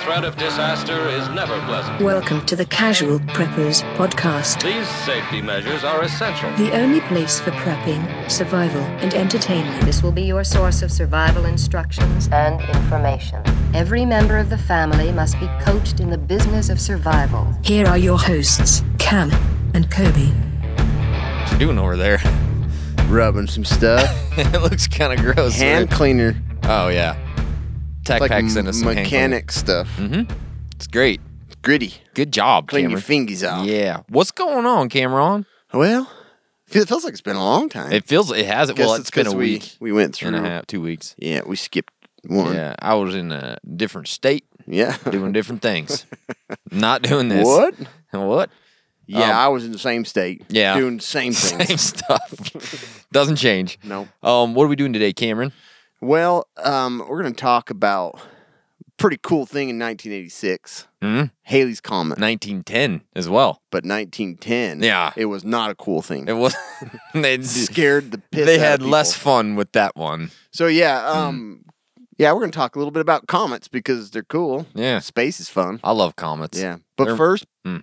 threat of disaster is never pleasant. Welcome to the Casual Preppers Podcast, These safety measures are essential. the only place for prepping, survival, and entertainment. This will be your source of survival instructions and information. Every member of the family must be coached in the business of survival. Here are your hosts, Cam and Kobe. What you doing over there? rubbing some stuff. it looks kind of gross. hand right? cleaner, Oh yeah. Tech like packs into m- some hand Mm-hmm. mechanic stuff. cleaner. It's great. Gritty. Good job, Clean your Cameron. fingers off. Yeah. What's going on, Cameron? Well, fe- it feels like it's been a long time. It feels it hasn't. Guess Well, it's been a 'cause we- week We, went through. and a half, two weeks. Yeah, we skipped one. Yeah. Yeah, I was in a different state doing different things. Not doing this. What? What? Yeah, I was in the same state. Yeah. Doing the same things. Same stuff. Doesn't change. No. Um, what are we doing today, Cameron? Well, um, we're going to talk about a pretty cool thing in 1986 Mhm. Haley's Comet. 1910 as well. But 1910, Yeah. it was not a cool thing. It was. they scared the piss They out of had less people. fun with that one. So yeah, Hmm. um, yeah, we're gonna talk a little bit about comets because they're cool. Yeah. space is fun. I love comets. Yeah, but They're- first, Mm.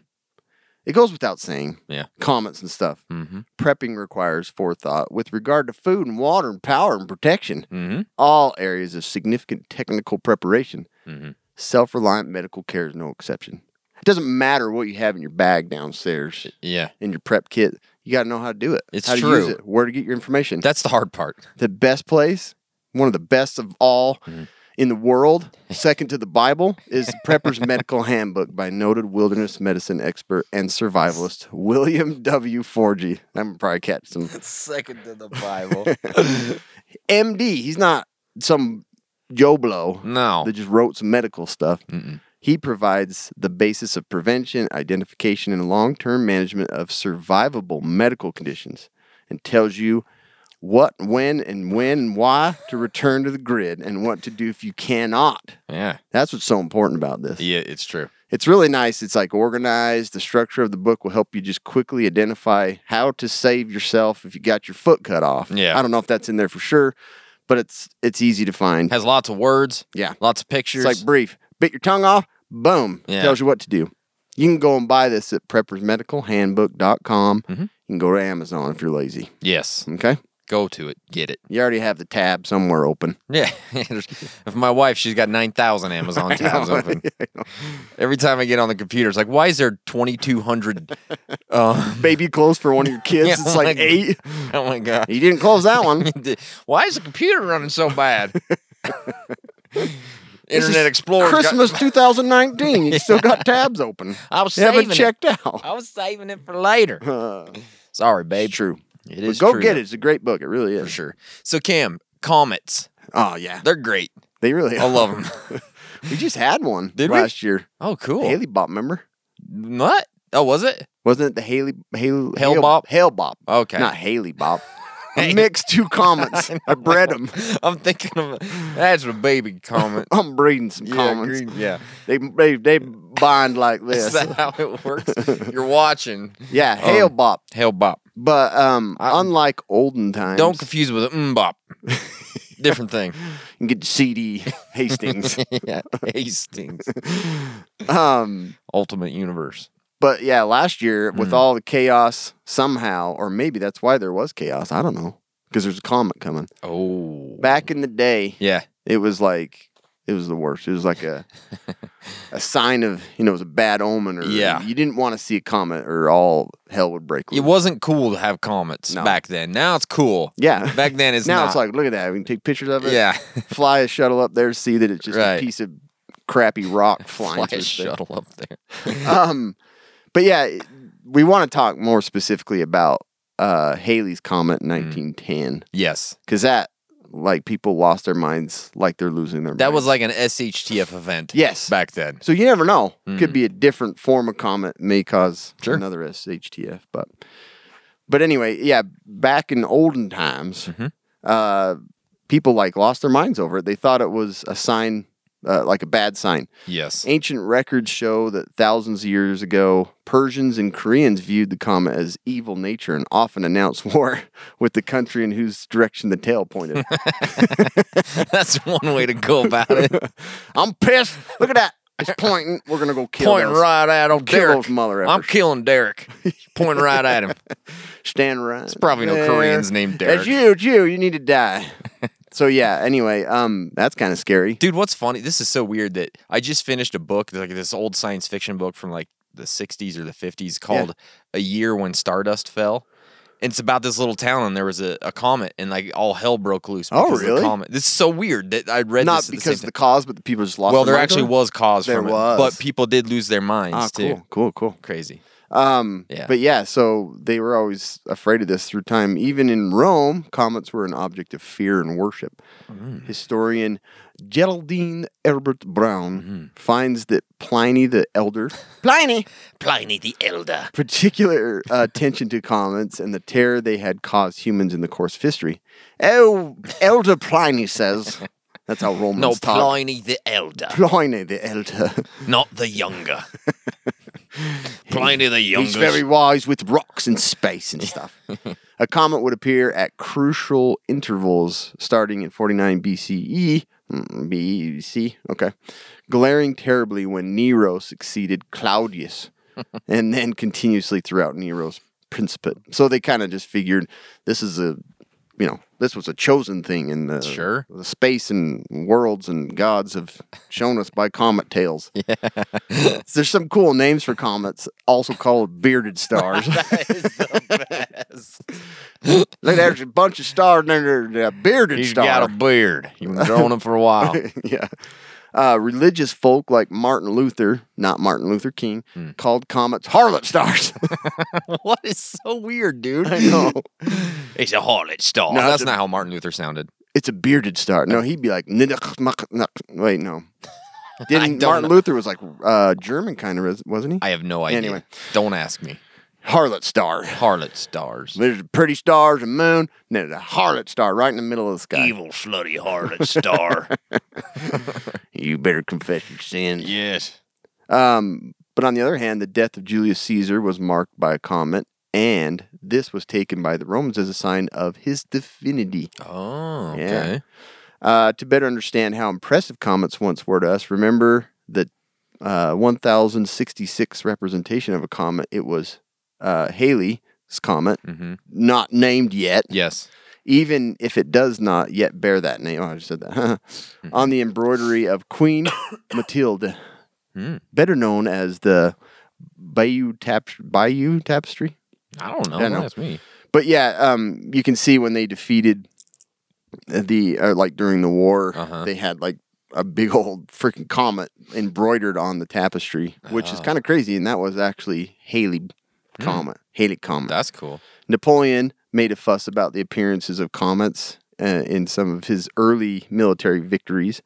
it goes without saying. Yeah. comets and stuff. Mm-hmm. Prepping requires forethought with regard to food and water and power and protection. Mm-hmm. All areas of significant technical preparation. Mhm. Self-reliant medical care is no exception. It doesn't matter what you have in your bag downstairs Yeah. in your prep kit. You got to know how to do it. It's how to true. use it. Where to get your information. That's the hard part. the best place, one of the best of all in the world, second to the Bible, is Prepper's Medical Handbook by noted wilderness medicine expert and survivalist William W. Forgy. I'm gonna probably catch some Second to the Bible. MD. He's not some Joe Blow no. that just wrote some medical stuff. Oh. Mm-mm. He provides the basis of prevention, identification, and long term management of survivable medical conditions and tells you what, when, and when and why to return to the grid and what to do if you cannot. Yeah. That's what's so important about this. Yeah, it's true. It's really nice. It's like organized. The structure of the book will help you just quickly identify how to save yourself if you got your foot cut off. Yeah. I don't know if that's in there for sure, but it's it's easy to find. Has lots of words. Yeah. Lots of pictures. It's like brief. Bit your tongue off, boom. Yeah. Tells you what to do. You can go and buy this at preppersmedicalhandbook.com. Mm-hmm. You can go to Amazon if you're lazy. yes. Okay. Go to it. Get it. You already have the tab somewhere open. Yeah. There's- if my wife, she's got 9,000 Amazon tabs open. Every time I get on the computer, it's like, why is there 2,200? Uh, Baby clothes for one of your kids. Yeah, it's like, like- eight. oh my God. You didn't close that one. why is the computer running so bad? This is Internet Explorer. Christmas 2019. You still got tabs open. I was You saving haven't it. checked out. I was saving it for later. Sorry, babe. true. It But is go true, get though, it. It's a great book. It really is. for sure. So Cam, comets, Oh, yeah. they're great. They really I are. love them. We just had one Did we? last year. oh, cool. Haley bought, remember? What? Oh, was it? Wasn't it the Haley Haley Hale Bop? Hale Bop. Okay. Not Haley Bop. Hey. I mixed two comments. I bred them. I'm thinking of that's a baby comet. I'm breeding some Yeah, comments. green- yeah. They, they they bind like Is this. that how it works? You're watching. yeah, Hale Um, Bop. Hell bop. But um, I- unlike olden times, Don't confuse it with mm bop. Different thing. you can get CD Hastings. yeah. Hastings. um, Ultimate universe. but yeah, last year Hmm. with all the chaos, somehow, or maybe that's why there was chaos. I don't know because there's a comet coming. Oh. Back in the day, Yeah. it was like it was the worst. It was like a a sign of you know it was a bad omen or Yeah. you didn't want to see a comet or all hell would break loose. It wasn't cool to have comets No. back then. Now it's cool. yeah. Back then it's now not. it's like look at that. We can take pictures of it. yeah. fly a shuttle up there, see that it's just Right. a piece of crappy rock flying Fly through a space. shuttle up there. Um, but yeah, we want to talk more specifically about uh, Haley's comet Mm. in 1910 Yes. because that like people lost their minds like they're losing their That minds. was like an SHTF event. Yes. Back then. So you never know. Could be a different form of comet may cause Sure. another SHTF. But but anyway, yeah, back in olden times, uh, people like lost their minds over it. They thought it was a sign, uh, like a bad sign. Yes. Ancient records show that thousands of years ago, Persians and Koreans viewed the comet as evil nature and often announced war with the country in whose direction the tail pointed. That's one way to go about it. I'm pissed. Look at that. It's pointing. We're gonna go kill. Pointing those. right at him. kill Derek. those mother I'm effers. killing Derek. Pointing right at him. Stand right. It's probably no Koreans named Derek. That's you, it's you. You need to die. so yeah. Anyway, um, that's kind of scary. Dude, what's funny? This is so weird that I just finished a book, like this old science fiction book from like the 60s or the 50s called A Year When Stardust Fell. And it's about this little town, and there was a, a comet, and like all hell broke loose. Oh, because of the really? comet. This is so weird that I read Not this. at the same because of time. the cause, but the people just lost. well, their there mind actually to it? was cause There from was. it, but people did lose their minds Ah, too. cool, cool, cool. Crazy. Um, Yeah. But yeah, so they were always afraid of this through time. Even in Rome, comets were an object of fear and worship. Mm. Historian Geraldine Herbert Brown finds that Pliny the Elder Mm-hmm. Pliny, Pliny the Elder. particular uh, attention to comets and the terror they had caused humans in the course of history. Oh, Elder Pliny says. That's how Romans No, talk. Pliny the Elder, Pliny the Elder. not the younger. Pliny the younger. He's very wise with rocks and space and stuff. a comet would appear at crucial intervals starting in 49 BCE. mm, BC, okay. Glaring terribly when Nero succeeded Claudius and then continuously throughout Nero's principate. So they kind of just figured this is a, you know, this was a chosen thing in the, Sure. the space and worlds and gods have shown us by comet tails. There's some cool names for comets, also called bearded stars. Look, there's a bunch of stars under the bearded He's star. got a beard. You've been growing him for a while. yeah. Uh, religious folk like Martin Luther, not Martin Luther King, Hmm. called comets harlot stars. what is so weird, dude? I know. It's a harlot star. No, that's not how Martin Luther sounded. It's a bearded star. No, he'd be like, "Nidach, mach, nach." wait, no. Didn't don't Martin know. Luther was like uh, German kind of, wasn't he? I have no idea. Anyway. Don't ask me. harlot star. Harlot stars. There's the pretty stars and moon. And there's a harlot star right in the middle of the sky. evil, slutty harlot star. You better confess your sins. yes. Um, but on the other hand, the death of Julius Caesar was marked by a comet, and this was taken by the Romans as a sign of his divinity. Oh, Yeah. okay. Uh, to better understand how impressive comets once were to us, remember the uh, 1066 representation of a comet. It was uh, Halley's comet, Mhm. not named yet. Yes. even if it does not yet bear that name. Oh, I just said that. Mm-hmm. On the embroidery of Queen Matilde, Hmm. better known as the Bayou, tap- Bayou Tapestry. I don't know. Yeah, no. Don't ask me. But yeah, um, you can see when they defeated the, uh, like during the war, Uh-huh. they had like a big old freaking comet embroidered on the tapestry, which Ah. is kind of crazy. And that was actually Haley Hmm. Comet. Haley Comet. That's cool. Napoleon made a fuss about the appearances of comets uh, in some of his early military victories.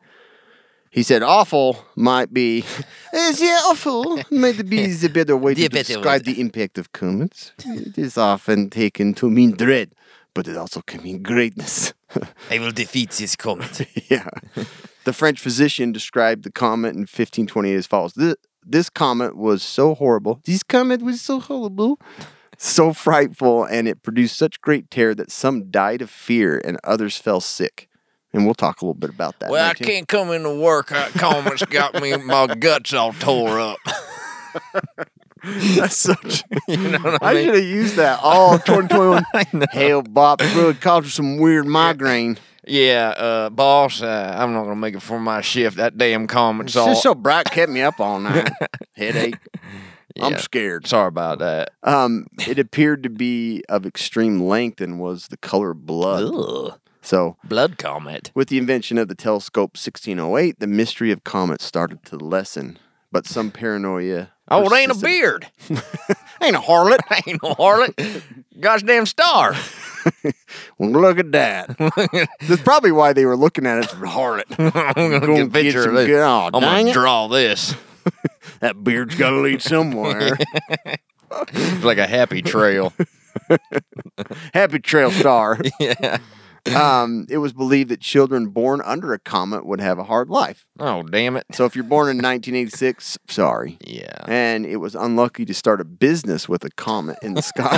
He said, "Awful might be, is yeah, awful might be the better way to The better describe the impact of comets. It is often taken to mean dread, but it also can mean greatness." I will defeat this comet. yeah. The French physician described the comet in 1528 as follows. This, this comet was so horrible. This comet was so horrible. So frightful, and it produced such great terror that some died of fear and others fell sick. And we'll talk a little bit about that. well, I later. can't come into work. That comet's got me, my guts all tore up. That's such. You know what I I mean? should have used that all 2021. Hell, Bob, it really caused you some weird migraine. Yeah, uh, boss, uh, I'm not going to make it for my shift. That damn comet's It's all. just so bright, kept me up all night. Headache. I'm scared. Sorry about that. Um, it appeared to be of extreme length and was the color blood. Ugh. So, Blood comet. with the invention of the telescope 1608, the mystery of comets started to lessen. But some paranoia. Oh, it ain't a persisted. beard. Ain't a harlot. ain't no harlot. Goddamn star. Well, look at that. That's probably why they were looking at it. Harlot. I'm gonna Go get a get picture some of this. good- aw, I'm dang gonna it. draw this. That beard's got to lead somewhere. It's like a happy trail. Happy Trail Star. yeah. um, it was believed that children born under a comet would have a hard life. Oh, damn it. So if you're born in 1986, sorry. Yeah. And it was unlucky to start a business with a comet in the sky.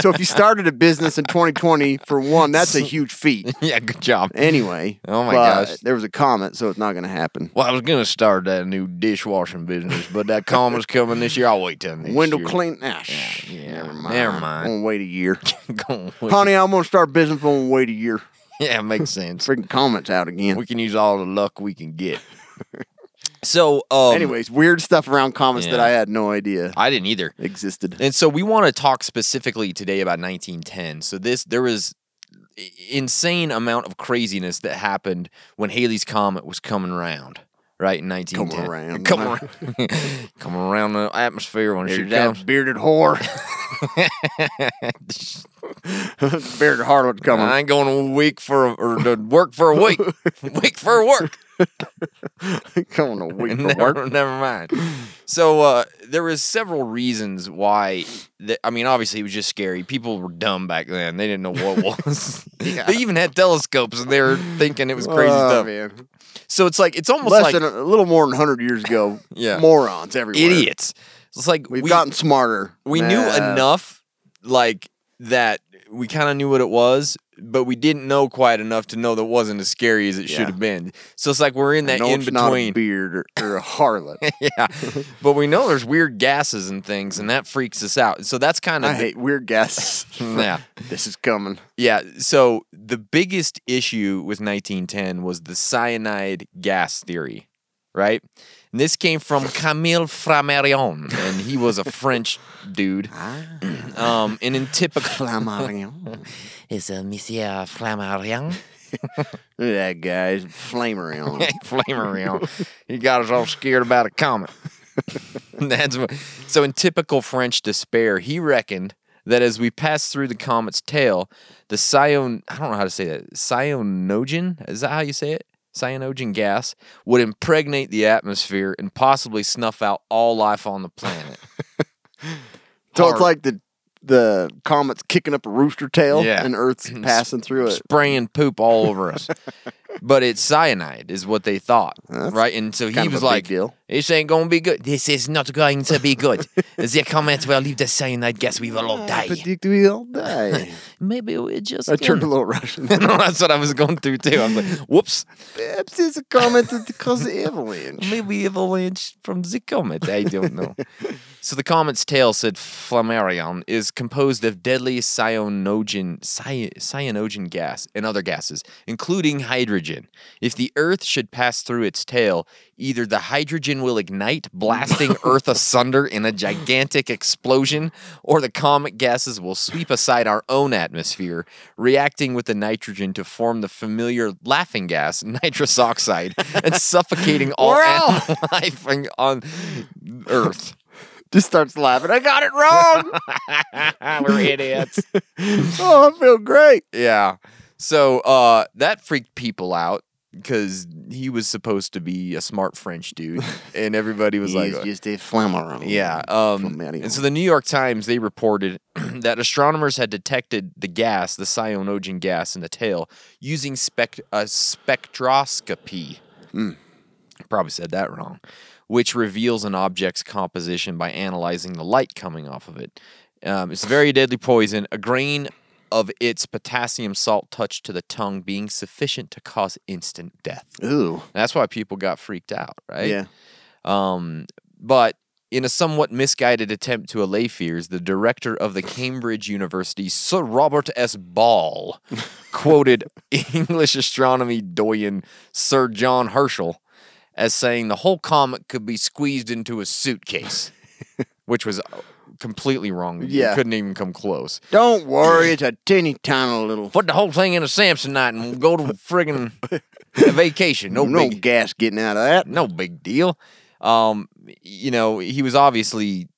so if you started a business in 2020, for one, that's a huge feat. Yeah, good job. Anyway, Oh my but gosh. there was a comet, so it's not going to happen. Well, I was gonna start that new dishwashing business, but that comment's coming this year. I'll wait till next Window year. clean. Ah, shh, Yeah, yeah, never mind. never mind. I'm gonna wait a year. Go with- Honey, I'm gonna start business. I'm gonna wait a year. Yeah, makes sense. Freaking comments out again. We can use all the luck we can get. so, um, Anyways, weird stuff around comments that yeah. I had no idea I didn't either. existed. And so we want to talk specifically today about 1910. So this there was i- insane amount of craziness that happened when Haley's comet was coming around, right in 1910. around. Come around, come around the atmosphere when she There's comes. that bearded whore. bearded harlot coming. I ain't going to week for a, or to work for a week, week for work. coming a week from never, work. never mind. So uh, there was several reasons why. The, I mean, obviously it was just scary. People were dumb back then. They didn't know what was. They even had telescopes, and they were thinking it was crazy Oh, stuff. man. So it's like it's almost Less like than a, a little more than 100 years ago, Yeah. morons everywhere. idiots. It's like We've we, gotten smarter. we knew Nah. enough, like that. We kind of knew what it was, but we didn't know quite enough to know that it wasn't as scary as it Yeah. should have been. So it's like we're in I that know in it's not a between. beard or, or a harlot. yeah. But we know there's weird gases and things, and that freaks us out. So that's kind of I hate weird guesses. Yeah. This is coming. yeah. So the biggest issue with 1910 was the cyanide gas theory, right? And this came from Camille Flammarion, and he was a French dude. Ah. Um, and in typical, Flammarion. it's a Monsieur Flammarion. Look at that guy's flammarion. Flammarion. He got us all scared about a comet. That's what, so in typical French despair, he reckoned that as we passed through the comet's tail, the cyan I don't know how to say that. Cyanogen? Is that how you say it? Cyanogen gas would impregnate the atmosphere and possibly snuff out all life on the planet. so Hard. it's like the the comet's kicking up a rooster tail Yeah. and Earth's passing through it. spraying poop all over us. but it's cyanide, is what they thought, That's right? And so he kind of was a big like, deal. "This ain't gonna be good. This is not going to be good. the comet will leave the cyanide gas. We will all die. Ah, But Dick, we all die. Maybe we just." I turned a can-" little Russian. no, that's what I was going through too. I'm like, "Whoops, Perhaps it's a comet that caused the avalanche. maybe avalanche from the comet. I don't know." so the comet's tail said Flammarion is composed of deadly cyanogen cy- cyanogen gas and other gases, including hydrogen. If the Earth should pass through its tail, either the hydrogen will ignite, blasting Earth asunder in a gigantic explosion, or the comet gases will sweep aside our own atmosphere, reacting with the nitrogen to form the familiar laughing gas, nitrous oxide, and suffocating all animal life on- on Earth. Just starts laughing. I got it wrong. We're idiots. oh, I feel great. yeah. So uh, that freaked people out because he was supposed to be a smart French dude, and everybody was like, He's just a flammarion. yeah. Um, Flammarion. and so the New York Times they reported that astronomers had detected the gas, the cyanogen gas in the tail, using spect- uh, spectroscopy. I probably said that wrong. Which reveals an object's composition by analyzing the light coming off of it. Um, it's a very deadly poison. A grain of its potassium salt touched to the tongue being sufficient to cause instant death. Ooh. That's why people got freaked out, right? Yeah. But in a somewhat misguided attempt to allay fears, the director of the Cambridge University, Sir Robert S. Ball, quoted English astronomy doyen Sir John Herschel as saying the whole comet could be squeezed into a suitcase, which was uh, completely wrong. Yeah. You couldn't even come close. Don't worry, it's a teeny tiny little. Put the whole thing in a Samsonite and we'll go to friggin' vacation. No, no big, gas getting out of that. no big deal. Um, you know, he was obviously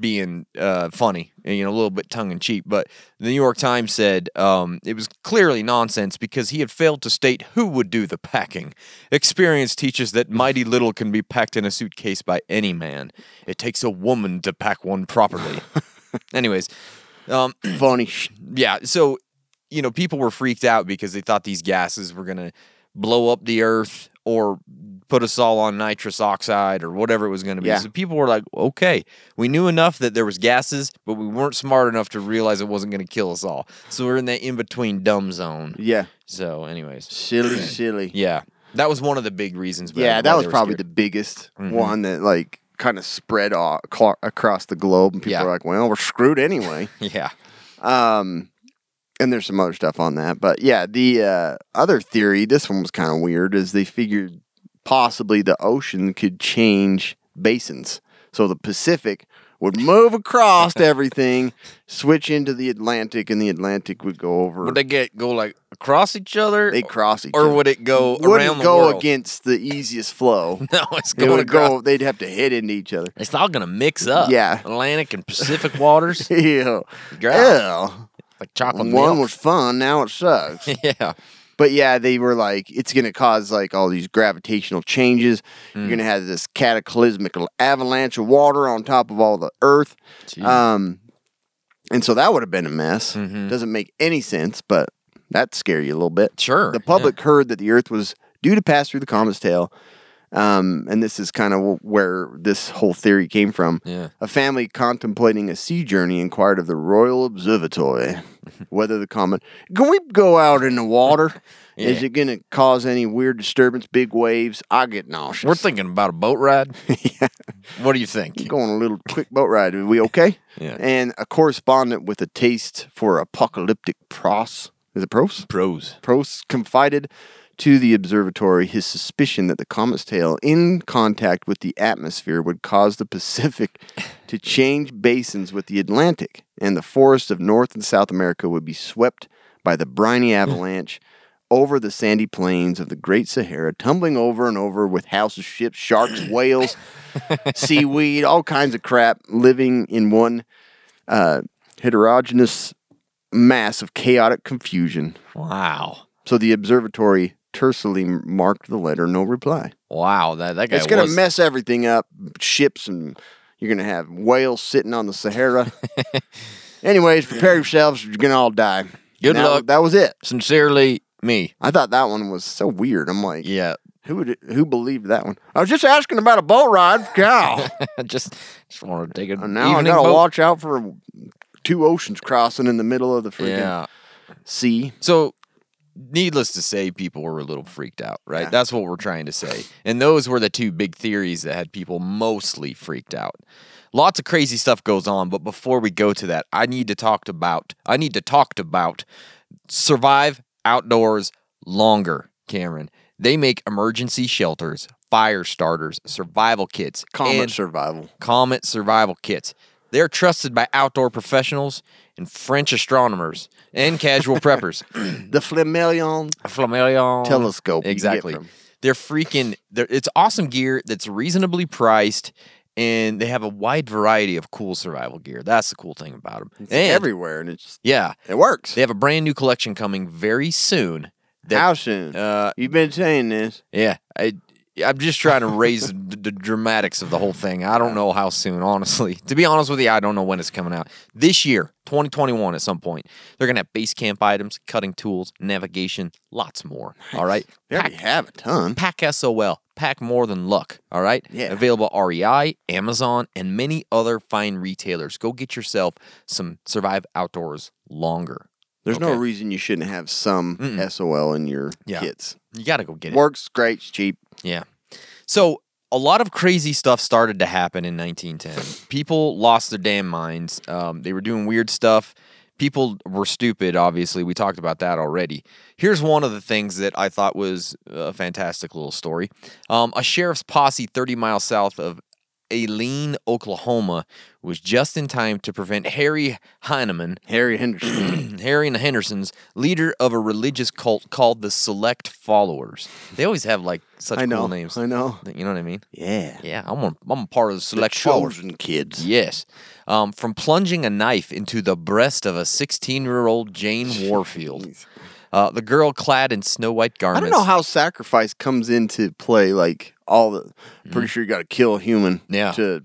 being uh, funny, and, you know, a little bit tongue in cheek. But the New York Times said um, it was clearly nonsense because he had failed to state who would do the packing. Experience teaches that mighty little can be packed in a suitcase by any man. It takes a woman to pack one properly. Anyways, um, Funny. sh- yeah. So you know, people were freaked out because they thought these gases were going to blow up the earth or put us all on nitrous oxide or whatever it was going to be. Yeah. So people were like, okay, we knew enough that there was gases, but we weren't smart enough to realize it wasn't going to kill us all. So we're in that in between dumb zone. Yeah. So, anyways, Silly, silly. yeah, that was one of the big reasons. why- Yeah, why that they was were probably the scared. Mm-hmm. biggest one that like kind of spread all, cla- across the globe, and people Yeah. are like, "Well, we're screwed anyway." yeah. um, and there's some other stuff on that, but yeah, the uh, other theory, this one was kind of weird, is they figured possibly the ocean could change basins, so the Pacific would move across everything, switch into the Atlantic, and the Atlantic would go over. Would they get go like across each other? They cross each or other. would it go Wouldn't around the go world? against the easiest flow. No, it's It going to would go. go. They'd have to hit into each other. It's all going to mix up. Yeah. Atlantic and Pacific waters, Ew. Gross. Ew. like chocolate One milk. was fun, now it sucks. yeah. but yeah, they were like, it's going to cause like all these gravitational changes. You're going to have this cataclysmic avalanche of water on top of all the earth. Um, and so that would have been a mess. Doesn't make any sense, but that scare you a little bit. Sure, The public heard that the earth was due to pass through the comet's tail. Um, and this is kind of where this whole theory came from. Yeah. A family contemplating a sea journey inquired of the Royal Observatory whether the comet can we go out in the water? Is Yeah. it going to cause any weird disturbance, big waves? I get nauseous. We're thinking about a boat ride. What do you think? going on a little quick boat ride. Are we okay? Yeah. And a correspondent with a taste for apocalyptic pros is it pros? Pros. Prost confided to the observatory his suspicion that the comet's tail, in contact with the atmosphere, would cause the Pacific to change basins with the Atlantic, and the forests of North and South America would be swept by the briny avalanche over the sandy plains of the Great Sahara, tumbling over and over with houses, ships, sharks, whales, seaweed, all kinds of crap living in one uh, heterogeneous mass of chaotic confusion. Wow. So the observatory tersely marked the letter no reply. Wow. That that guy. it's going to was- mess everything up. Ships and you're going to have whales sitting on the Sahara. Anyways, prepare yourselves. You're going to all die. Good Now, luck. That was it. Sincerely, me. I thought that one was so weird. I'm like, Yeah. who would, who believed that one? I was just asking about a boat ride. Cow. I just just want to take a And Oh, now I evening got to boat. watch out for two oceans crossing in the middle of the freaking Yeah. sea. So, needless to say, people were a little freaked out, right? Yeah. That's what we're trying to say. And those were the two big theories that had people mostly freaked out. Lots of crazy stuff goes on, but before we go to that, I need to talk about I need to talk about survive outdoors longer, Cameron. They make emergency shelters, fire starters, survival kits, Comet and- survival. Comet survival kits. They're trusted by outdoor professionals and French astronomers and casual preppers. The Flammarion. Flammarion Telescope you can get Exactly. from- They're freaking. They're, it's awesome gear that's reasonably priced, and they have a wide variety of cool survival gear. That's the cool thing about them. Everywhere. And it's, yeah, it works. they have a brand new collection coming very soon. that- How soon? Uh, You've been saying this. Yeah, I, I'm just trying to raise the, the dramatics of the whole thing. I don't know how soon, honestly. To be honest with you, I don't know when it's coming out. This year, 2021, at some point, they're gonna have base camp items, cutting tools, navigation, lots more. All right, They already have a ton. pack SOL, pack more than luck. All right, Yeah. available at REI, Amazon, and many other fine retailers. Go get yourself some Survive Outdoors longer. There's no Okay. reason you shouldn't have some Mm-mm. SOL in your Yeah. kits. You gotta go get it. Works great, it's cheap. Yeah. So a lot of crazy stuff started to happen in 1910. People lost their damn minds. Um, they were doing weird stuff. People were stupid, obviously. We talked about that already. Here's one of the things that I thought was a fantastic little story. Um, a sheriff's posse 30 miles south of Aileen, Oklahoma, was just in time to prevent Harry Heineman, Harry Henderson. Harry and the Hendersons, leader of a religious cult called the Select Followers. They always have like such I know. cool names. I know. You know what I mean? Yeah. Yeah, I'm a, I'm a part of the The Select Followers. chosen kids. Yes. Um, from plunging a knife into the breast of a 16 year old Jane Warfield. Uh, the girl clad in snow white I garments. don't know how sacrifice comes into play. Like all the, pretty sure you got to kill a human Mm. Yeah. to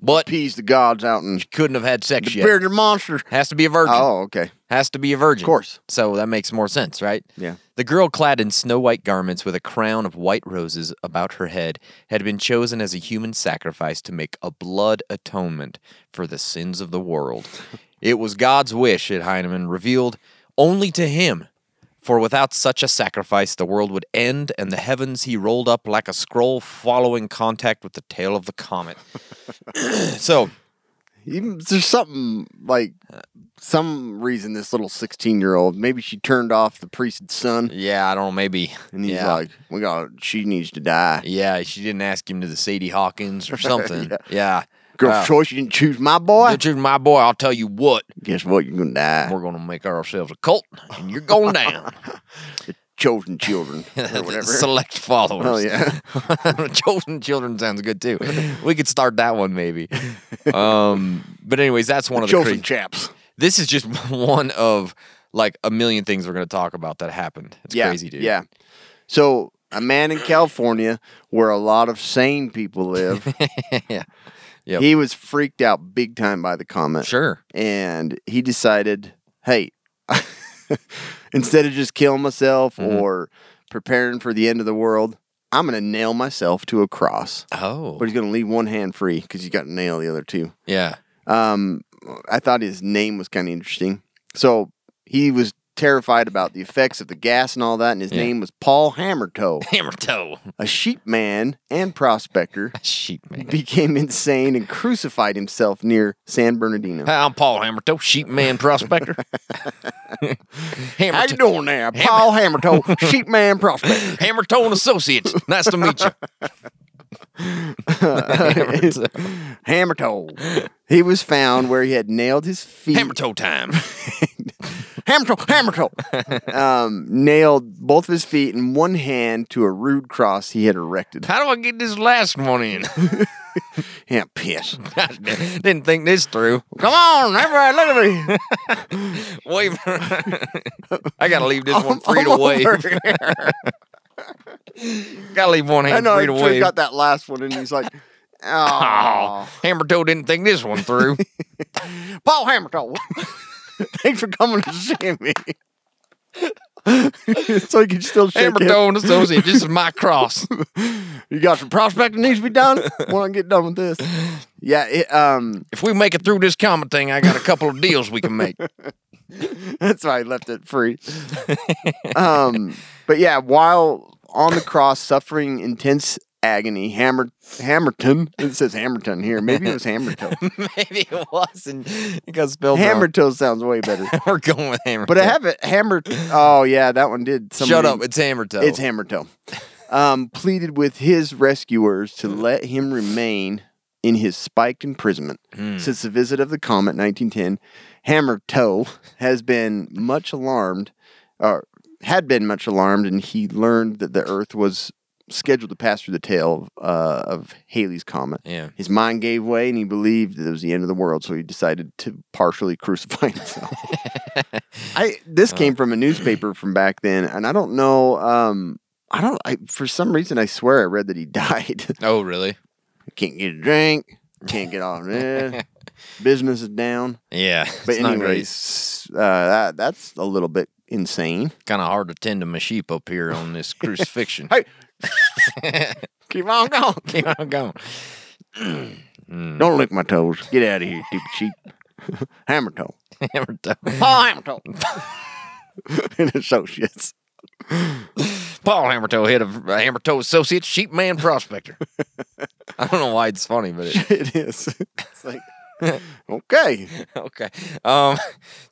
But appease the gods out in couldn't have had the sex yet. bearded monster. Has to be a virgin. Oh, okay. Has to be a virgin. Of course. So that makes more sense, right? Yeah. The girl clad in snow white garments with a crown of white roses about her head had been chosen as a human sacrifice to make a blood atonement for the sins of the world. it was God's wish, it Heinemann revealed, only to him. For without such a sacrifice, the world would end, and the heavens he rolled up like a scroll following contact with the tail of the comet. so, Even, there's something like Uh, some reason this little 16 year old maybe she turned off the priest's son yeah, I don't know, maybe. and he's yeah. like, we got she needs to die. Yeah, she didn't ask him to the Sadie Hawkins or something. yeah. Girl's Uh, choice, you didn't choose my boy. "Don't you- my boy, I'll tell you what, Guess what? You're gonna die. we're going to make ourselves a cult and you're going down. chosen children or whatever. Select followers. Oh, yeah. Chosen children sounds good too. We could start that one maybe. Um, but, anyways, that's one of the. chosen cra- chaps. this is just one of like a million things we're going to talk about that happened. It's yeah, crazy, dude. Yeah. So a man in California where a lot of sane people live. Yeah. Yep. He was freaked out big time by the comment. Sure. And he decided, hey, instead of just killing myself or preparing for the end of the world, I'm going to nail myself to a cross. Oh. But he's going to leave one hand free because he's got to nail the other two. Yeah. Um, I thought his name was kind of interesting. So he was terrified about the effects of the gas and all that, and his Yeah. name was Paul Hammertoe, Hammer toe. a sheepman and prospector. Sheep man. Became insane and crucified himself near San Bernardino. Hi, I'm Paul Hammertoe, sheepman prospector. How you Hammertoe, doing there, Paul Hammertoe, sheepman prospector? Hammertoe and Associates. Nice to meet you. Hammertoe. He was found where he had nailed his feet. Hammertoe time. Hammertoe, Hammertoe. um, nailed both of his feet and one hand to a rude cross he had erected. How do I get this last one in? Yeah, piss. Didn't think this through. Come on, everybody, look at me. Wait, I gotta leave this one I'm- free to I'm wave. over here. gotta leave one I hand know free he to wave. got that last one, and he's like, Oh, "Oh, Hammertoe didn't think this one through. Paul Hammertoe, thanks for coming to see me." so he can still shake Hammertoe it. and Associates. This is my cross. You got some prospecting needs to be done when I get done with this. Yeah, it, um, If we make it through this comet thing, I got a couple of deals we can make. that's why I left it free. Um, but yeah, while on the cross suffering intense agony, Hammer Hammerton. It says Hammerton here. Maybe it was Hammertoe. Maybe it wasn't. It got spelled wrong. Hammer toe sounds way better. We're going with hammer. But I toe. have it hammer. Oh yeah, that one did. Shut up! It's hammer toe. It's hammer toe. Um, pleaded with his rescuers to let him remain in his spiked imprisonment since the visit of the comet in 1910. Hammer toe has been much alarmed, or had been much alarmed, and he learned that the Earth was scheduled to pass through the tail of, uh, of Halley's comet. Yeah. His mind gave way, and he believed that it was the end of the world, so he decided to partially crucify himself. I this came from a newspaper from back then, and I don't know. Um, I don't. I, for some reason, I swear I read that he died. Oh, really? can't get a drink. Can't get off there. Business is down. Yeah. But it's not great. anyways, uh, that, that's a little bit insane. Kind of hard to tend to my sheep up here on this crucifixion. Hey, keep on going. Keep on going. Mm. Don't lick my toes. Get out of here, stupid sheep. Hammer toe. Hammer toe. Paul Hammer toe. and associates. Paul Hammertoe, head of Hammertoe Associates, sheepman prospector. I don't know why it's funny, but it, It is. It's like okay. okay. Um,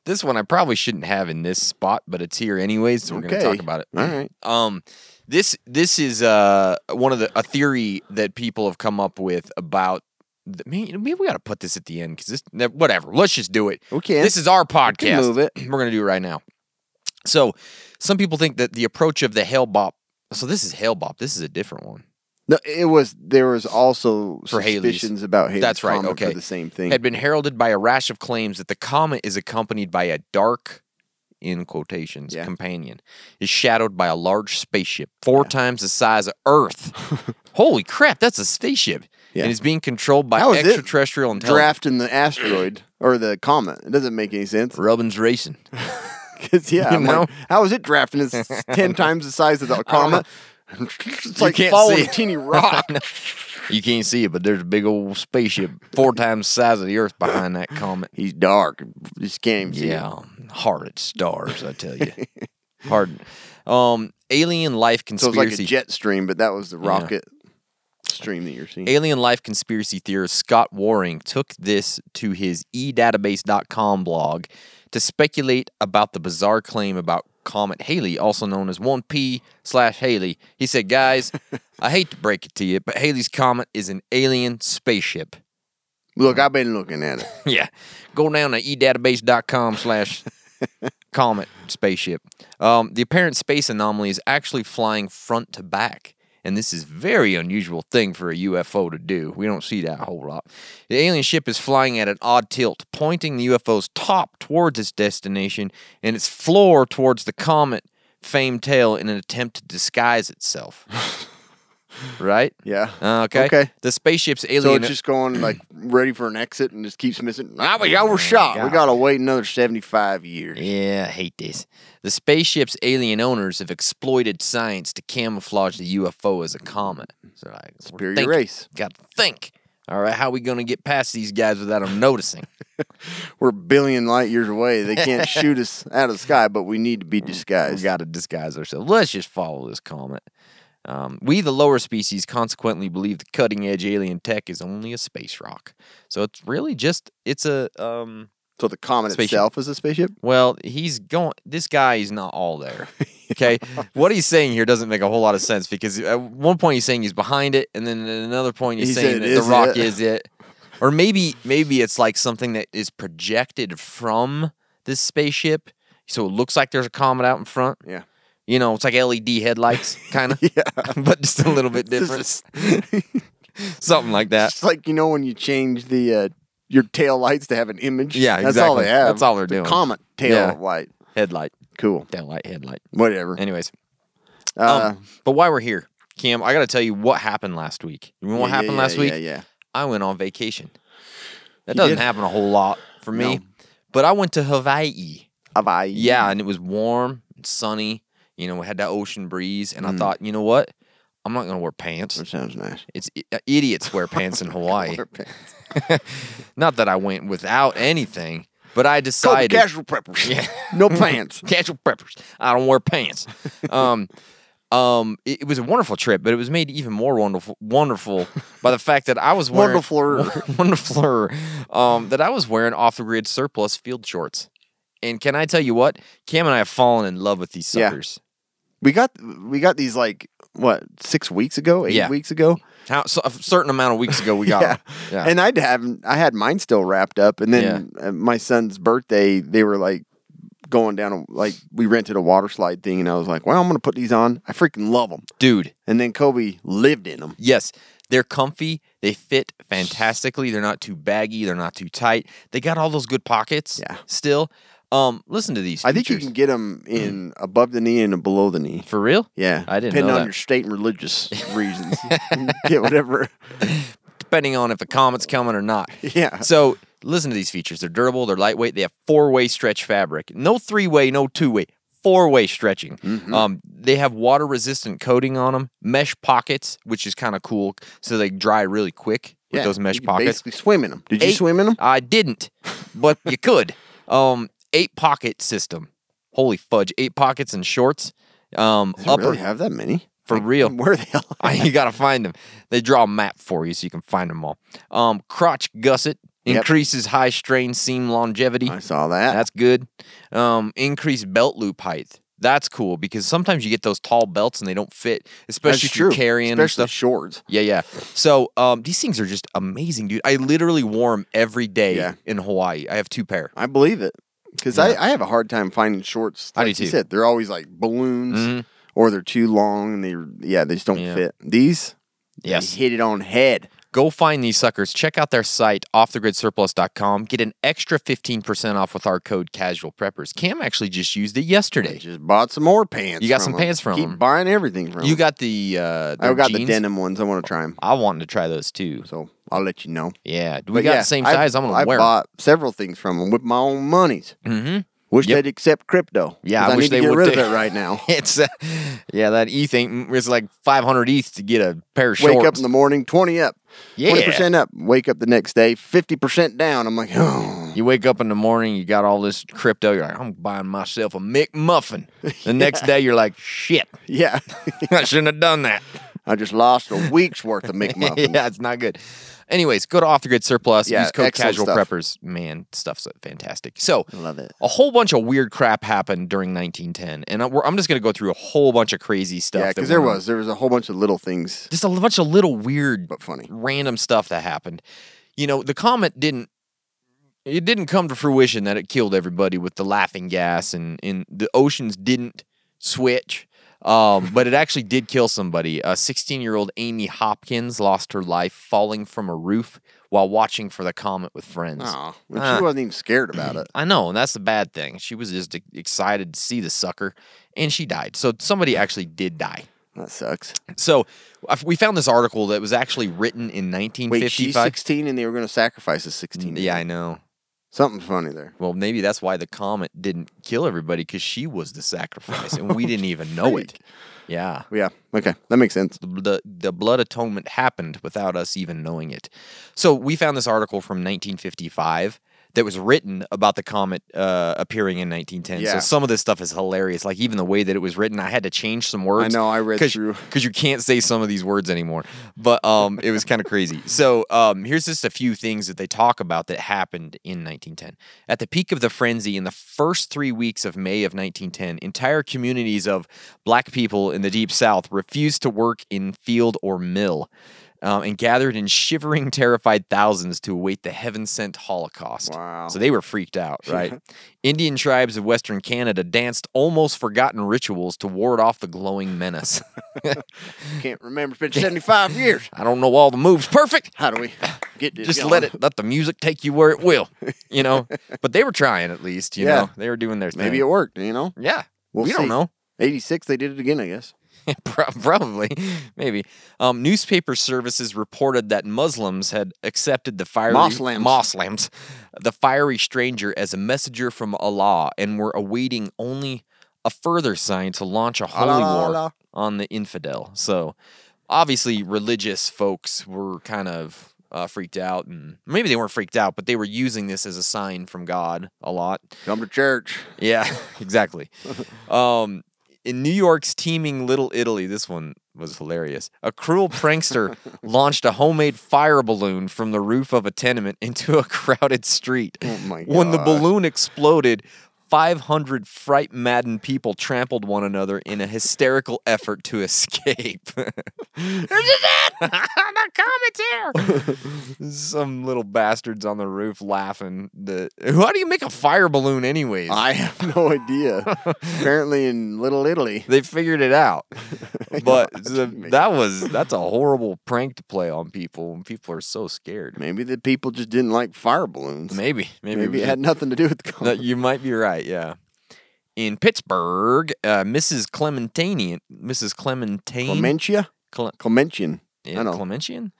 this one I probably shouldn't have in this spot, but it's here anyways, so we're okay. gonna talk about it. All right. Um, this this is uh one of the a theory that people have come up with about. The, maybe, maybe we got to put this at the end because this ne- whatever. Let's just do it. We can. This is our podcast. move it. We're gonna do it right now. So, some people think that the approach of the hail bop. So this is hail bop. This is a different one. No, it was. There was also For Haley's. suspicions about Haley's That's right, comet for okay. the same thing. Had been heralded by a rash of claims that the comet is accompanied by a dark, in quotations, Yeah. companion, is shadowed by a large spaceship four times the size of Earth. Holy crap! That's a spaceship. Yeah. and it's being controlled by How is it extraterrestrial intelligence. drafting the asteroid or the comet. It doesn't make any sense. Rubbin's racing. 'Cause, yeah, You I'm like, know? how is it drafting? It's ten times the size of the comet. it's You like can't following see a it. teeny rock. You can't see it, but there's a big old spaceship four times the size of the Earth behind that comet. He's dark. Just can't even see. Yeah, hard at stars, I tell you. hard. Um, alien life It. So it's conspiracy. like a jet stream, but that was the rocket stream that you're seeing. Alien life conspiracy theorist Scott Waring took this to his edatabase.com blog to speculate about the bizarre claim about Comet Haley, also known as 1P slash Haley. He said, Guys, I hate to break it to you, but Haley's Comet is an alien spaceship. Look, I've been looking at it. yeah. Go down to edatabase.com slash comet spaceship. Um, the apparent space anomaly is actually flying front to back. And this is very unusual thing for a UFO to do. We don't see that a whole lot. The alien ship is flying at an odd tilt, pointing the UFO's top towards its destination and its floor towards the comet famed tail in an attempt to disguise itself. right? Uh, Yeah. okay. Okay. The spaceship's alien So it's just going like ready for an exit and just keeps missing. Ah, we overshot. We God. gotta wait another seventy five years. Yeah, I hate this. The spaceship's alien owners have exploited science to camouflage the UFO as a comet. So like, we're Superior thinking. race. Got to think. All right, how we gonna get past these guys without them noticing? We're a billion light years away. They can't shoot us out of the sky, but we need to be we disguised. got to disguise ourselves. Let's just follow this comet. Um, we, the lower species, consequently believe the cutting-edge alien tech is only a space rock. So it's really just it's a um. so the comet Spaceship. itself is a spaceship. Well, he's going. This guy is not all there. Okay, what he's saying here doesn't make a whole lot of sense because at one point he's saying he's behind it, and then at another point he's He saying said, that "Is the rock it?" is it, or maybe maybe it's like something that is projected from this spaceship, so it looks like there's a comet out in front. Yeah. You know, it's like LED headlights, kind of, yeah, but just a little bit It's different, just- something like that. It's like you know when you change the uh, your tail lights to have an image. Yeah, that's all exactly. they have. That's all they're The doing. Comet tail Yeah. light. Headlight, Cool. downlight, headlight. Whatever. Anyways, Uh, um, but why we're here, Cam, I got to tell you what happened last week. You know what yeah, yeah, happened yeah, last week? Yeah, yeah. I went on vacation. That You doesn't did? happen a whole lot for me, but I went to Hawaii. Hawaii. Yeah, and it was warm and sunny. You know, we had that ocean breeze, and Mm. I thought, you know what? I'm not gonna wear pants. That sounds nice. It's i- uh, idiots wear pants in Hawaii. Wear pants. Not that I went without anything, but I Call them decided casual preppers. no pants. Mm-hmm. Casual preppers. I don't wear pants. Um, um, it, it was a wonderful trip, but it was made even more wonderful, wonderful by the fact that I was wearing Wonderfler. wonderfler, um, that I was wearing off the grid surplus field shorts. And can I tell you what? Cam and I have fallen in love with these Yeah. suckers. We got we got these like what six weeks ago, eight Yeah. weeks ago. How so, a certain amount of weeks ago we got yeah. them. Yeah. and I'd have I had mine still wrapped up, and then uh my son's birthday, they were like going down a, like we rented a water slide thing, and I was like, well, I'm gonna put these on. I freaking love them. dude. And then Kobe lived in them. Yes, they're comfy. They fit fantastically. They're not too baggy. They're not too tight. They got all those good pockets. Yeah. Still, um, listen to these. I think you features. can get them in above the knee and below the knee. for real. Yeah, Mm-hmm. I didn't Depending know on that. your state and religious reasons, get whatever. depending on if the comet's coming or not. Yeah. So listen to these features. They're durable, they're lightweight, they have four way stretch fabric. No three way, no two way, four way stretching. Mm-hmm. Um, they have water resistant coating on them, mesh pockets, which is kind of cool. So they dry really quick with Yeah, those you mesh could pockets. Basically, swim in them. Did you Eight- swim in them? I didn't, but you could. Um, eight pocket system. Holy fudge, eight pockets and shorts. Um, They upper really have that many? for real. Where the hell? I- you gotta find them. They draw a map for you so you can find them all. Um, crotch gusset Yep. increases high strain seam longevity. I saw that. That's good. Um, increased belt loop height. That's cool because sometimes you get those tall belts and they don't fit, especially That's if you're carrying and especially stuff. shorts. Yeah, yeah. So um, these things are just amazing, dude. I literally wore them every day Yeah. in Hawaii. I have two pair. I believe it because I, I have a hard time finding shorts. I Like do you too. Mm-hmm. said, they're always like balloons or they're too long and they yeah they just don't Yeah. fit. These they Yes. hit it on head. Go find these suckers. Check out their site, offthegridsurplus.com. Get an extra 15% off with our code Casual Preppers. Cam actually just used it yesterday. Just bought some more pants. You got from some 'em. pants from Keep 'em. buying everything from You 'em. got the. Uh, I their got the jeans? denim ones. I want to try them, I wanted to try those too. so I'll let you know. Yeah, we got But yeah, the same I've- size. I'm gonna I've wear 'em. bought several things from them with my own monies. Mm-hmm. Wish Yep. they'd accept crypto. Yeah, 'cause I I, wish need they to get would rid too. of it right now. It's uh, yeah, that ETH ain't, it's like 500 ETH to get a pair of shorts. Wake up in the morning, twenty up, twenty yeah. percent up. Wake up the next day, fifty percent down. I'm like, oh, You wake up in the morning, you got all this crypto. You're like, I'm buying myself a McMuffin. The next day, you're like, shit, yeah. I shouldn't have done that. I just lost a week's worth of McMuffins. yeah, it's not good. Anyways, go to Off the Grid Surplus. Yeah, use code excellent Casual stuff. Preppers. Man, stuff's fantastic. So I love it. A whole bunch of weird crap happened during 1910, and I- we're- I'm just gonna go through a whole bunch of crazy stuff. Yeah, that because there went on. was there was a whole bunch of little things. just a l- bunch of little weird But funny. random stuff that happened you know the comet didn't it didn't come to fruition that it killed everybody with the laughing gas and and the oceans didn't switch um, but it actually did kill somebody a 16 year old amy hopkins lost her life falling from a roof while watching for the comet with friends Aw, and Uh, she wasn't even scared about it. I know, and that's the bad thing. She was just e- excited to see the sucker, and she died. So somebody actually did die. That sucks. So I f- we found this article that was actually written in Wait, she's 1955. 16 and they were going to sacrifice a 16. yeah, I know. Something funny there. Well, maybe that's why the comet didn't kill everybody because she was the sacrifice, and we didn't even know it. Yeah. Yeah. Okay. That makes sense. the, the the blood atonement happened without us even knowing it. So we found this article from 1955 that was written about the comet uh, appearing in 1910. So Yeah. some of this stuff is hilarious. Like even the way that it was written, I had to change some words. know, I read cause, through. because you can't say some of these words anymore. But um, it was kind of crazy. So um, here's just a few things that they talk about that happened in 1910. At the peak of the frenzy in the first three weeks of May of 1910, entire communities of black people in the Deep South refused to work in field or mill. um, and gathered in shivering, terrified thousands to await the heaven sent Holocaust. Wow. So they were freaked out, right? Indian tribes of Western Canada danced almost forgotten rituals to ward off the glowing menace. Can't remember. It's been 75 years. I don't know all the moves perfect. How do we get this? Just going? let it let the music take you where it will, you know. but they were trying at least, you Yeah. know. They were doing their thing. Maybe it worked, you know? Yeah. We'll we don't see. know. 86, they did it again, I guess. Pro- Probably, maybe. Um, newspaper services reported that Muslims had accepted the fiery Moslems. Moslems, the fiery stranger, as a messenger from Allah, and were awaiting only a further sign to launch a holy Allah, war Allah. on the infidel. So, obviously, religious folks were kind of uh, freaked out, and maybe they weren't freaked out, but they were using this as a sign from God a lot. Come to church. Yeah, exactly. um, in New York's teeming Little Italy, this one was hilarious. A cruel prankster launched a homemade fire balloon from the roof of a tenement into a crowded street. Oh my When the gosh. balloon exploded, 500 fright maddened people trampled one another in a hysterical effort to escape. Some little bastards on the roof laughing. The, how do you make a fire balloon, anyways? I have no idea. Apparently in Little Italy. they figured it out. But the- me. that was that's a horrible prank to play on people, and people are so scared. Maybe the people just didn't like fire balloons. Maybe, maybe, Maybe we- it had nothing to do with the no, COVID. you might be right. Yeah. In Pittsburgh, uh, Mrs. Clementine, Mrs. Clementine, Clementia? Cle- Clementian. yeah, I know. Clementian,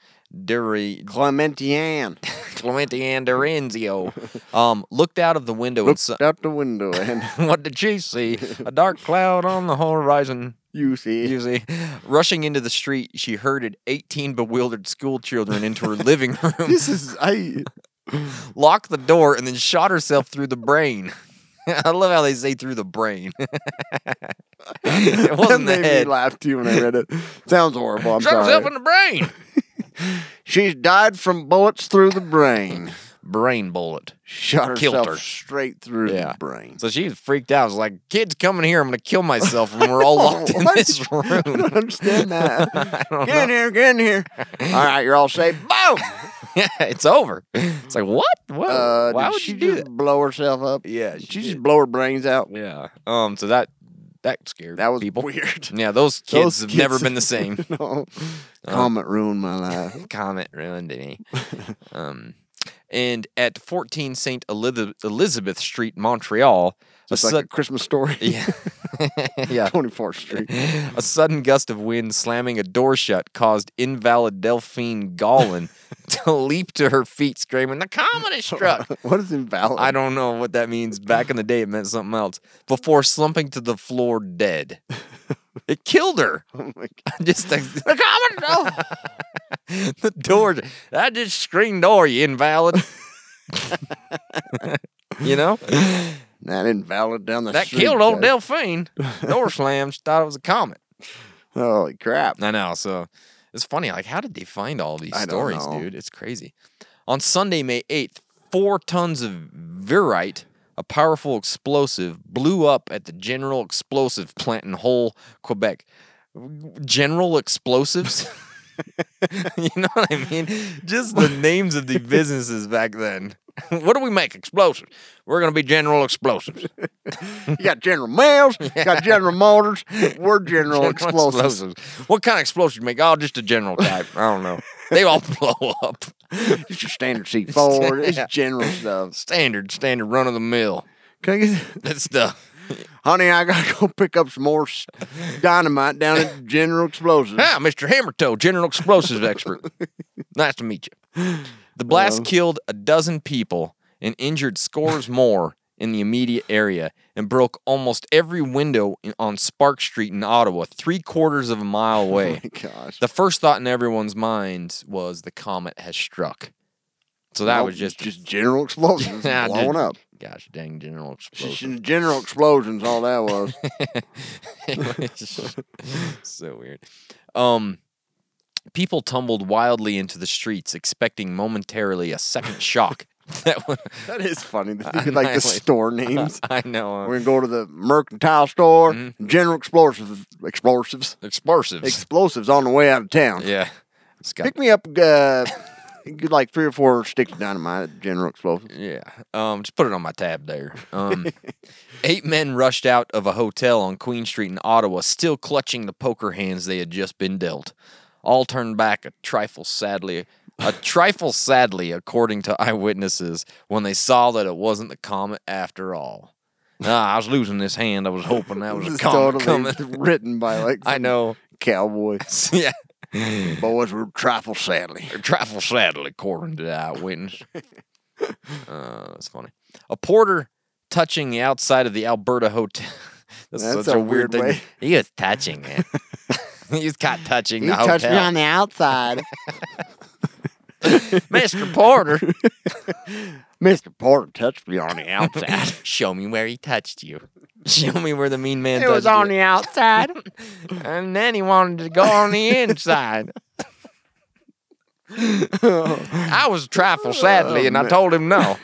Dere, Clementian. Clementian Dorenzio, um, looked out of the window and Looked saw. out the window and What did she see? A dark cloud on the horizon. you see. You see, rushing into the street, she herded 18 bewildered school children into her living room, This is I locked the door, and then shot herself through the brain. I love how they say through the brain. it wasn't the that made head. me laugh too when I read it. Sounds horrible. I'm shot herself sorry. in the brain. She's died from bullets through the brain. brain bullet. Shot Killed herself her. straight through Yeah. the brain. So she was freaked out. She's like, "Kids coming here, I'm gonna kill myself." And we're all locked in What? this room. I don't understand that. I don't get in here, get in here. All right, you're all safe. Boom. know. it's over. It's like what? What? Uh, Oh, Why did would she you do just that? blow herself up? Yeah, she she, just blow her brains out. Yeah. Um. So that That scared That was people. weird. Yeah, those kids Those have never been the same. Uh, no. Comet ruined my life. Comet ruined me. um, and at 14 St. Elizabeth, Elizabeth Street, Montreal, a It's like sud- a Christmas story. yeah, yeah, 24th Street. a sudden gust of wind slamming a door shut caused invalid Delphine Gallen to leap to her feet, screaming, "The comet has struck!" what is invalid? I don't know what that means. Back in the day, it meant something else. Before slumping to the floor dead, it killed her. Oh my God. Just a, the door. That just screen door, you invalid. you know That invalid down the that street. killed old guys. Delphine. Door slammed. She thought it was a comet. Holy crap. I know. So it's funny. Like, how did they find all these I don't stories, know. dude? It's crazy. On Sunday, May 8th, four tons of virite, a powerful explosive, blew up at the General Explosive plant in Hull, Quebec. General Explosives? you know what I mean? Just the names of the businesses back then. what do we make? Explosives. We're going to be General Explosives. You got General Mills, you got General Motors, we're General, Explosives. What kind of explosives you make? Oh, just a general type. I don't know. They all blow up. It's your standard C4. It's general stuff. Standard, standard run of the mill. Can I get, That stuff. honey, I gotta go pick up some more s- dynamite down at General Explosives. Hi, Mr. Hammertoe, general explosives expert. nice to meet you. The blast killed a dozen people and injured scores more in the immediate area and broke almost every window in, on Spark Street in Ottawa, three quarters of a mile away. my gosh. The first thought in everyone's mind was the comet has struck. So that Nope, was just, just General Explosions Nah, blowing Ah, dude. up. gosh dang general Just explosion. General Explosions, all that was. so weird. Um, people tumbled wildly into the streets, expecting momentarily a second shock. that would, that is funny. To think of like the Annihilate. store names. I know. um, We're gonna go to the mercantile store. Mm-hmm. General Explosives, explosives, explosives. explosives on the way out of town. yeah. It's got Pick me up, uh, get like three or four sticks of dynamite. at General Explosives. Yeah. Um, just put it on my tab there. Um, eight men rushed out of a hotel on Queen Street in Ottawa, still clutching the poker hands they had just been dealt. All turned back a trifle sadly, a trifle sadly, according to eyewitnesses, when they saw that it wasn't the comet after all. Nah, I was losing this hand. I was hoping that was This a is comet totally coming. written by like I some know. cowboy yeah. boys were trifle sadly. a trifle saddle, according to the eyewitness. uh, that's funny. A porter touching the outside of the Alberta hotel. that's, That's such a a weird weird thing. way. He was touching it. he was caught touching the hotel. the outside, Mr. Porter, Mister Porter touched me on the outside. show me where he touched you. Show me where the mean man it touched was on you. the outside. and then he wanted to go on the inside. I was a trifle sadly, and I told him no.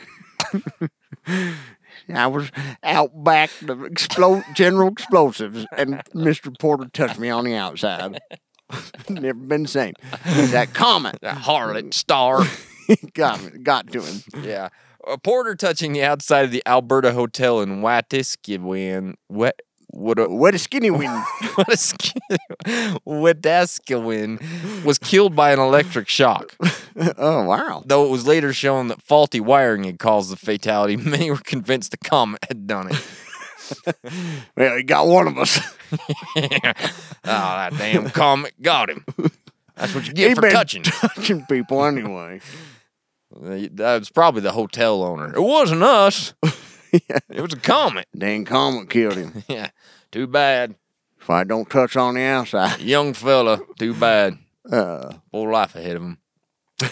I was out back the explo- General Explosives, and Mister Porter touched me on the outside. Never been the same. That comment That harlot star. got got to him. Yeah. A porter touching the outside of the Alberta Hotel in Watiskiwin. What? What a What a skinny wind. Watiski- Wetaskiwin was killed by an electric shock, oh wow. though it was later shown that faulty wiring had caused the fatality. Many were convinced the comet had done it. Well, he got one of us. oh, that damn comet got him. That's what you get He for been touching. touching people anyway. They- that was probably the hotel owner. It wasn't us. It was a comet. Dan Comet killed him. Yeah. Too bad. If I don't touch on the outside, Young fella, too bad. uh, Full life ahead of him.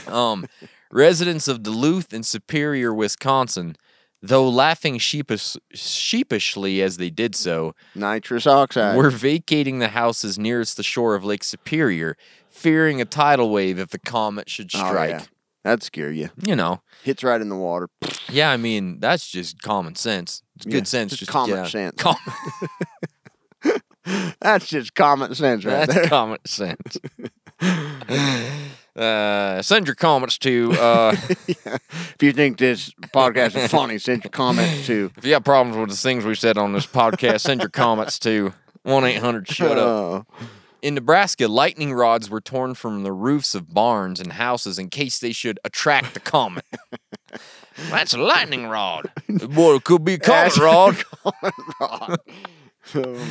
Um, residents of Duluth and Superior, Wisconsin, though laughing sheepish, sheepishly as they did so, nitrous oxide. were vacating the houses nearest the shore of Lake Superior, fearing a tidal wave if the comet should Oh, yeah. strike. That'd scare you. You know, Hits right in the water. yeah, I mean that's just common sense. It's Yeah, good sense. just Just common yeah. sense. Com- That's just common sense right that's there. common sense. Uh, send your comments to. Uh, If you think this podcast is funny, send your comments to. if you have problems with the things we said on this podcast, send your comments to one eight hundred shut up. Oh, In Nebraska, lightning rods were torn from the roofs of barns and houses in case they should attract the comet. That's a lightning rod. Boy, it could be a comet That's- rod. oh,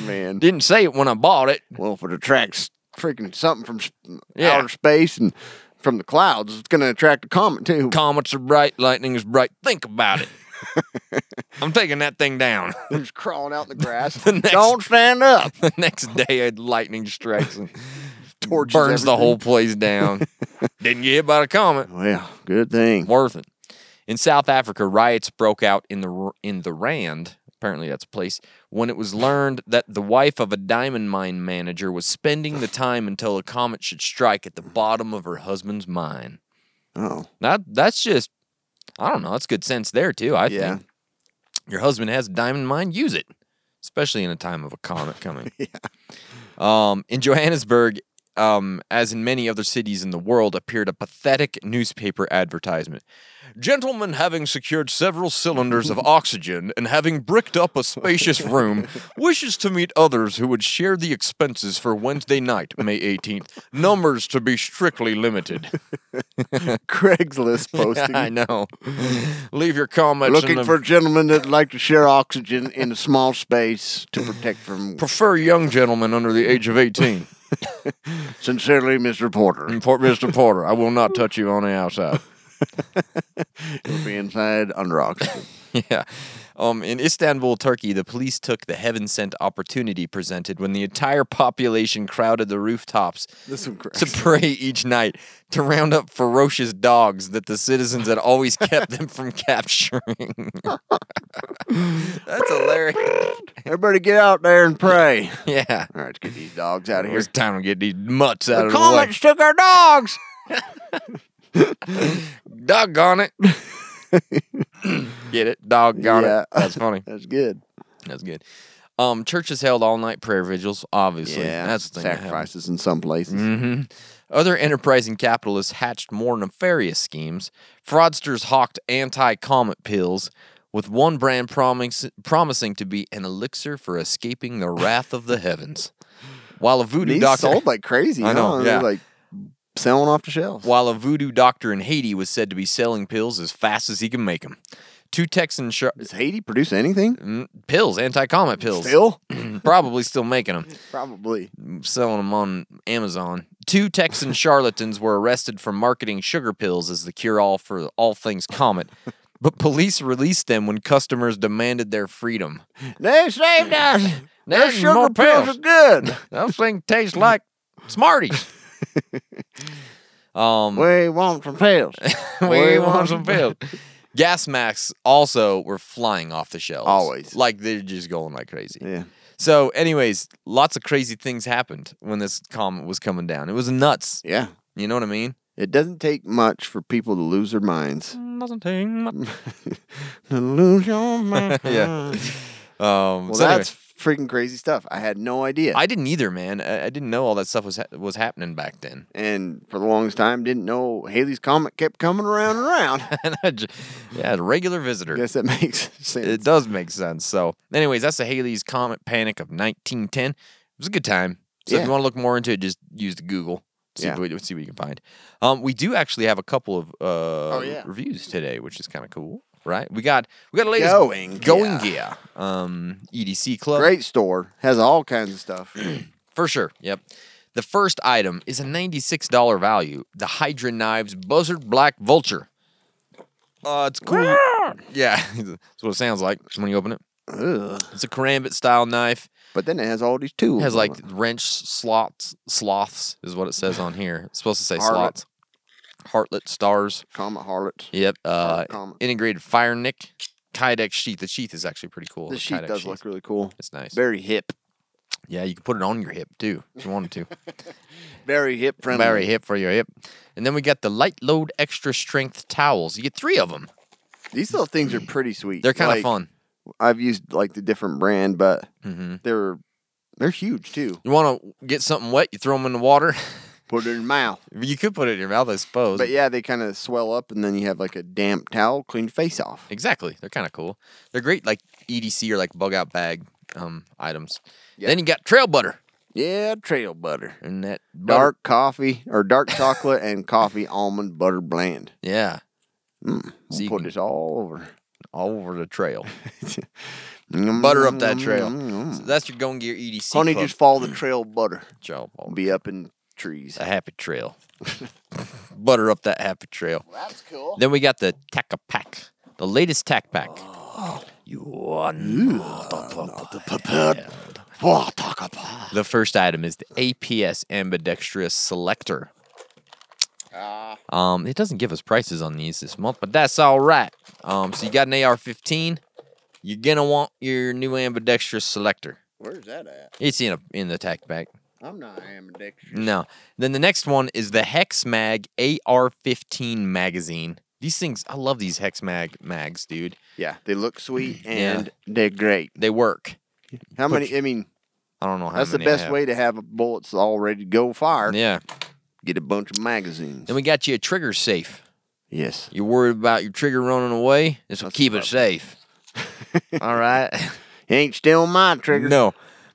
man. Didn't say it when I bought it. Well, if it attracts freaking something from s- Yeah. outer space and from the clouds, it's going to attract a comet too. Comets are bright, lightning is bright. Think about it. I'm taking that thing down. It's crawling out in the grass. next- Don't stand up. the next day, a lightning strikes and Torches burns the everything. whole place down. Didn't get hit by a comet. Well, Oh, good thing. Worth it. In South Africa, riots broke out in the R- in the Rand. Apparently, that's a place. When it was learned that the wife of a diamond mine manager was spending the time until a comet should strike at the bottom of her husband's mine. Oh, That that's just, I don't know. That's good sense there too. I Yeah. think your husband has a diamond mine, use it, especially in a time of a comet coming. Um, in Johannesburg, um, as in many other cities in the world, appeared a pathetic newspaper advertisement. Gentlemen having secured several cylinders of oxygen and having bricked up a spacious room wishes to meet others who would share the expenses for Wednesday night, May 18th. Numbers to be strictly limited. Craigslist posting. I know. Leave your comments. Looking and, for um, gentlemen that'd like to share oxygen in a small space to protect from. prefer young gentlemen under the age of 18. Sincerely, Mr. Porter. Import Mr. Porter. I will not touch you on the outside. It'll be inside under oxygen. yeah. Um, in Istanbul, Turkey, the police took the heaven sent opportunity presented when the entire population crowded the rooftops This one to pray each night to round up ferocious dogs that the citizens had always kept them from capturing. That's hilarious. Everybody get out there and pray. Yeah. All right, let's get these dogs out of here. It's time to get these mutts out The of the way. comets took our dogs. Doggone it. Get it? Doggone Yeah. it. That's funny. That's good. That's good. Um, churches held all night prayer vigils, obviously. That's the thing. Sacrifices in some places. hmm Other enterprising capitalists hatched more nefarious schemes. Fraudsters hawked anti comet pills, with one brand promis- promising to be an elixir for escaping the wrath of the heavens. While a voodoo These doctor. sold like crazy. I know, huh? They're yeah. like selling off the shelves. while a voodoo doctor in Haiti was said to be selling pills as fast as he can make them. Two Texan sh- Does Haiti produce anything? mm, pills, anti-comet pills, Still? probably still making them Probably. selling them on Amazon. Two Texan charlatans were arrested for marketing sugar pills as the cure all for all things comet, but police released them when customers demanded their freedom. They saved us. Their There's sugar more pills pills. are good. Those things taste like Smarties. um, we want some pills. we want some pills. Gas masks also were flying off the shelves. Always. Like they're just going like crazy. Yeah. So, anyways, lots of crazy things happened when this comet was coming down. It was nuts. Yeah. You know what I mean? It doesn't take much for people to lose their minds. Nothing. To lose your mind. Mm. yeah. Um, Well, so anyway, that's freaking crazy stuff. I had no idea. I didn't either, man. I, I didn't know all that stuff was ha- was happening back then. and for the longest time, didn't know Haley's comet kept coming around and around. and I just, yeah, a regular visitor. Guess that makes sense. It does make sense. So, anyways, that's the Haley's Comet Panic of 1910. It was a good time. So, if Yeah. you want to look more into it, just use the Google. See, Yeah. what, see what you can find. Um, we do actually have a couple of uh, Oh, yeah. reviews today, which is kind of cool, right? We got we got a latest Going going Gear. gear, um, EDC Club Great store. Has all kinds of stuff. for sure. Yep. The first item is a ninety-six dollar value. The Hydra knives Buzzard Black Vulture. Uh, it's cool. yeah, that's what it sounds like when you open it. Ugh. It's a karambit style knife. But then it has all these tools. It has on like it. wrench slots, sloths is what it says on here. It's supposed to say Harlot. slots. Heartlet stars. Comet Harlot. Yep. Uh, Harlot comet. integrated fire nick. Kydex sheath. The sheath is actually pretty cool. The sheet Kydex does sheath. look really cool. It's nice. Very hip. Yeah, you can put it on your hip too if you wanted to. Very hip friendly. Very hip for your hip. And then we got the light load extra strength towels. You get three of them. These little things are pretty sweet. They're kind of Like, fun. I've used like the different brand, but Mhm. they're they're huge too. You want to get something wet? You throw them in the water. Put it in your mouth. You could put it in your mouth, I suppose. But yeah, they kind of swell up, and then you have like a damp towel, clean your face off. Exactly. They're kind of cool. They're great, like EDC or like bug out bag um, items. Then you got trail butter Yeah, trail butter. and that butter- Dark coffee or dark chocolate and coffee almond butter blend. Yeah, We'll So you put can- this all over. all over the trail. Mm-hmm. butter up that trail. So that's your Gone Gear EDC. Honey, club just follow the trail butter. job. I'll be Be up in trees. a happy trail. butter up that happy trail. That's cool. Then we got the Tack a Pack, the latest Tack Pack. You are not the prepared. What talk about? The first item is the APS ambidextrous selector. Ah. Um, it doesn't give us prices on these this month, but that's all right. Um, so you got an AR-15. You're gonna want your new ambidextrous selector. Where's that at? It's in a in the tack pack. I'm not ambidextrous. No. Then the next one is the Hex Mag AR-15 magazine. These things, I love these Hex Mag mags, dude. Yeah, they look sweet Yeah. and they're great. They work. How many? I mean, I don't know how. that's the many I best have. way to have bullets all ready to go fire. Yeah. Get a bunch of magazines. Then we got you a trigger safe. Yes. You're worried about your trigger running away. This will keep it safe. All right. Ain't still my trigger. No,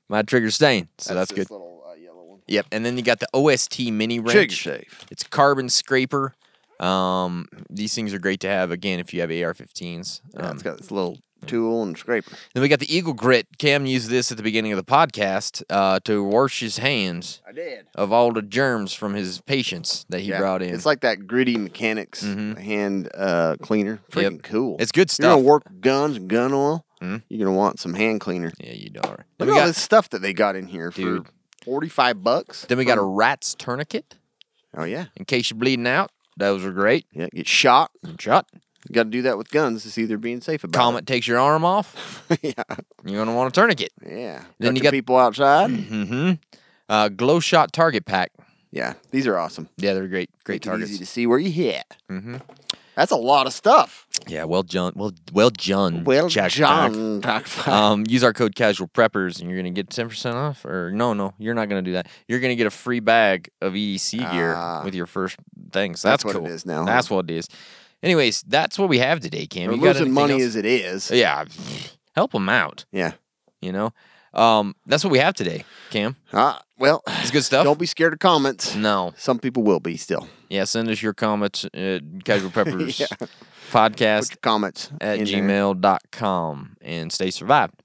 my trigger's staying, so that's, good. Little, uh, yellow one. Yep. And then you got the OST mini wrench. Trigger safe. It's carbon scraper. Um, these things are great to have again if you have AR-15s. Yeah, Um, it's got this little tool and scraper. then we got the Eagle Grit. Cam used this at the beginning of the podcast uh, to wash his hands I did. of all the germs from his patients that he brought in. Mm-hmm. It's like that gritty mechanics hand uh, cleaner. Yep. Freaking cool. It's good You're stuff. gonna work guns and gun oil. You're gonna want some hand cleaner. yeah, you are. Look Then at we all got this stuff that they got in here Dude. for forty-five bucks. then we got a from- rat's tourniquet oh yeah, in case you're bleeding out. Those are great. yeah. Get shot. Shot. You got to do that with guns to see they're being safe about Comet takes your arm off. it. yeah, You're gonna want a tourniquet. yeah. Then you Got your got- people outside. Mm-hmm. Uh, glow shot target pack. yeah, these are awesome. Yeah, they're great. Great Make it targets. Easy to see where you hit. Mm-hmm. That's a lot of stuff. Yeah, well done. Well, well done. Well, Mm, Jack Black. John, talk about Um, use our code Casual Preppers, and you're gonna get ten percent off. Or no, no, you're not gonna do that. You're gonna get a free bag of EDC gear Ah. with your first thing. So that's, That's what it cool. is now, huh? That's what it is. Anyways, that's what we have today, Cam. We're You got losing anything money else? as it is. yeah. Help them out. yeah. You know. Um, that's what we have today, Cam. Ah, well, It's good stuff. Don't be scared of comments. No. Some people will be still. Yeah, send us your comments at Casual Preppers podcast Put your comments at in there. gmail.com and stay survived.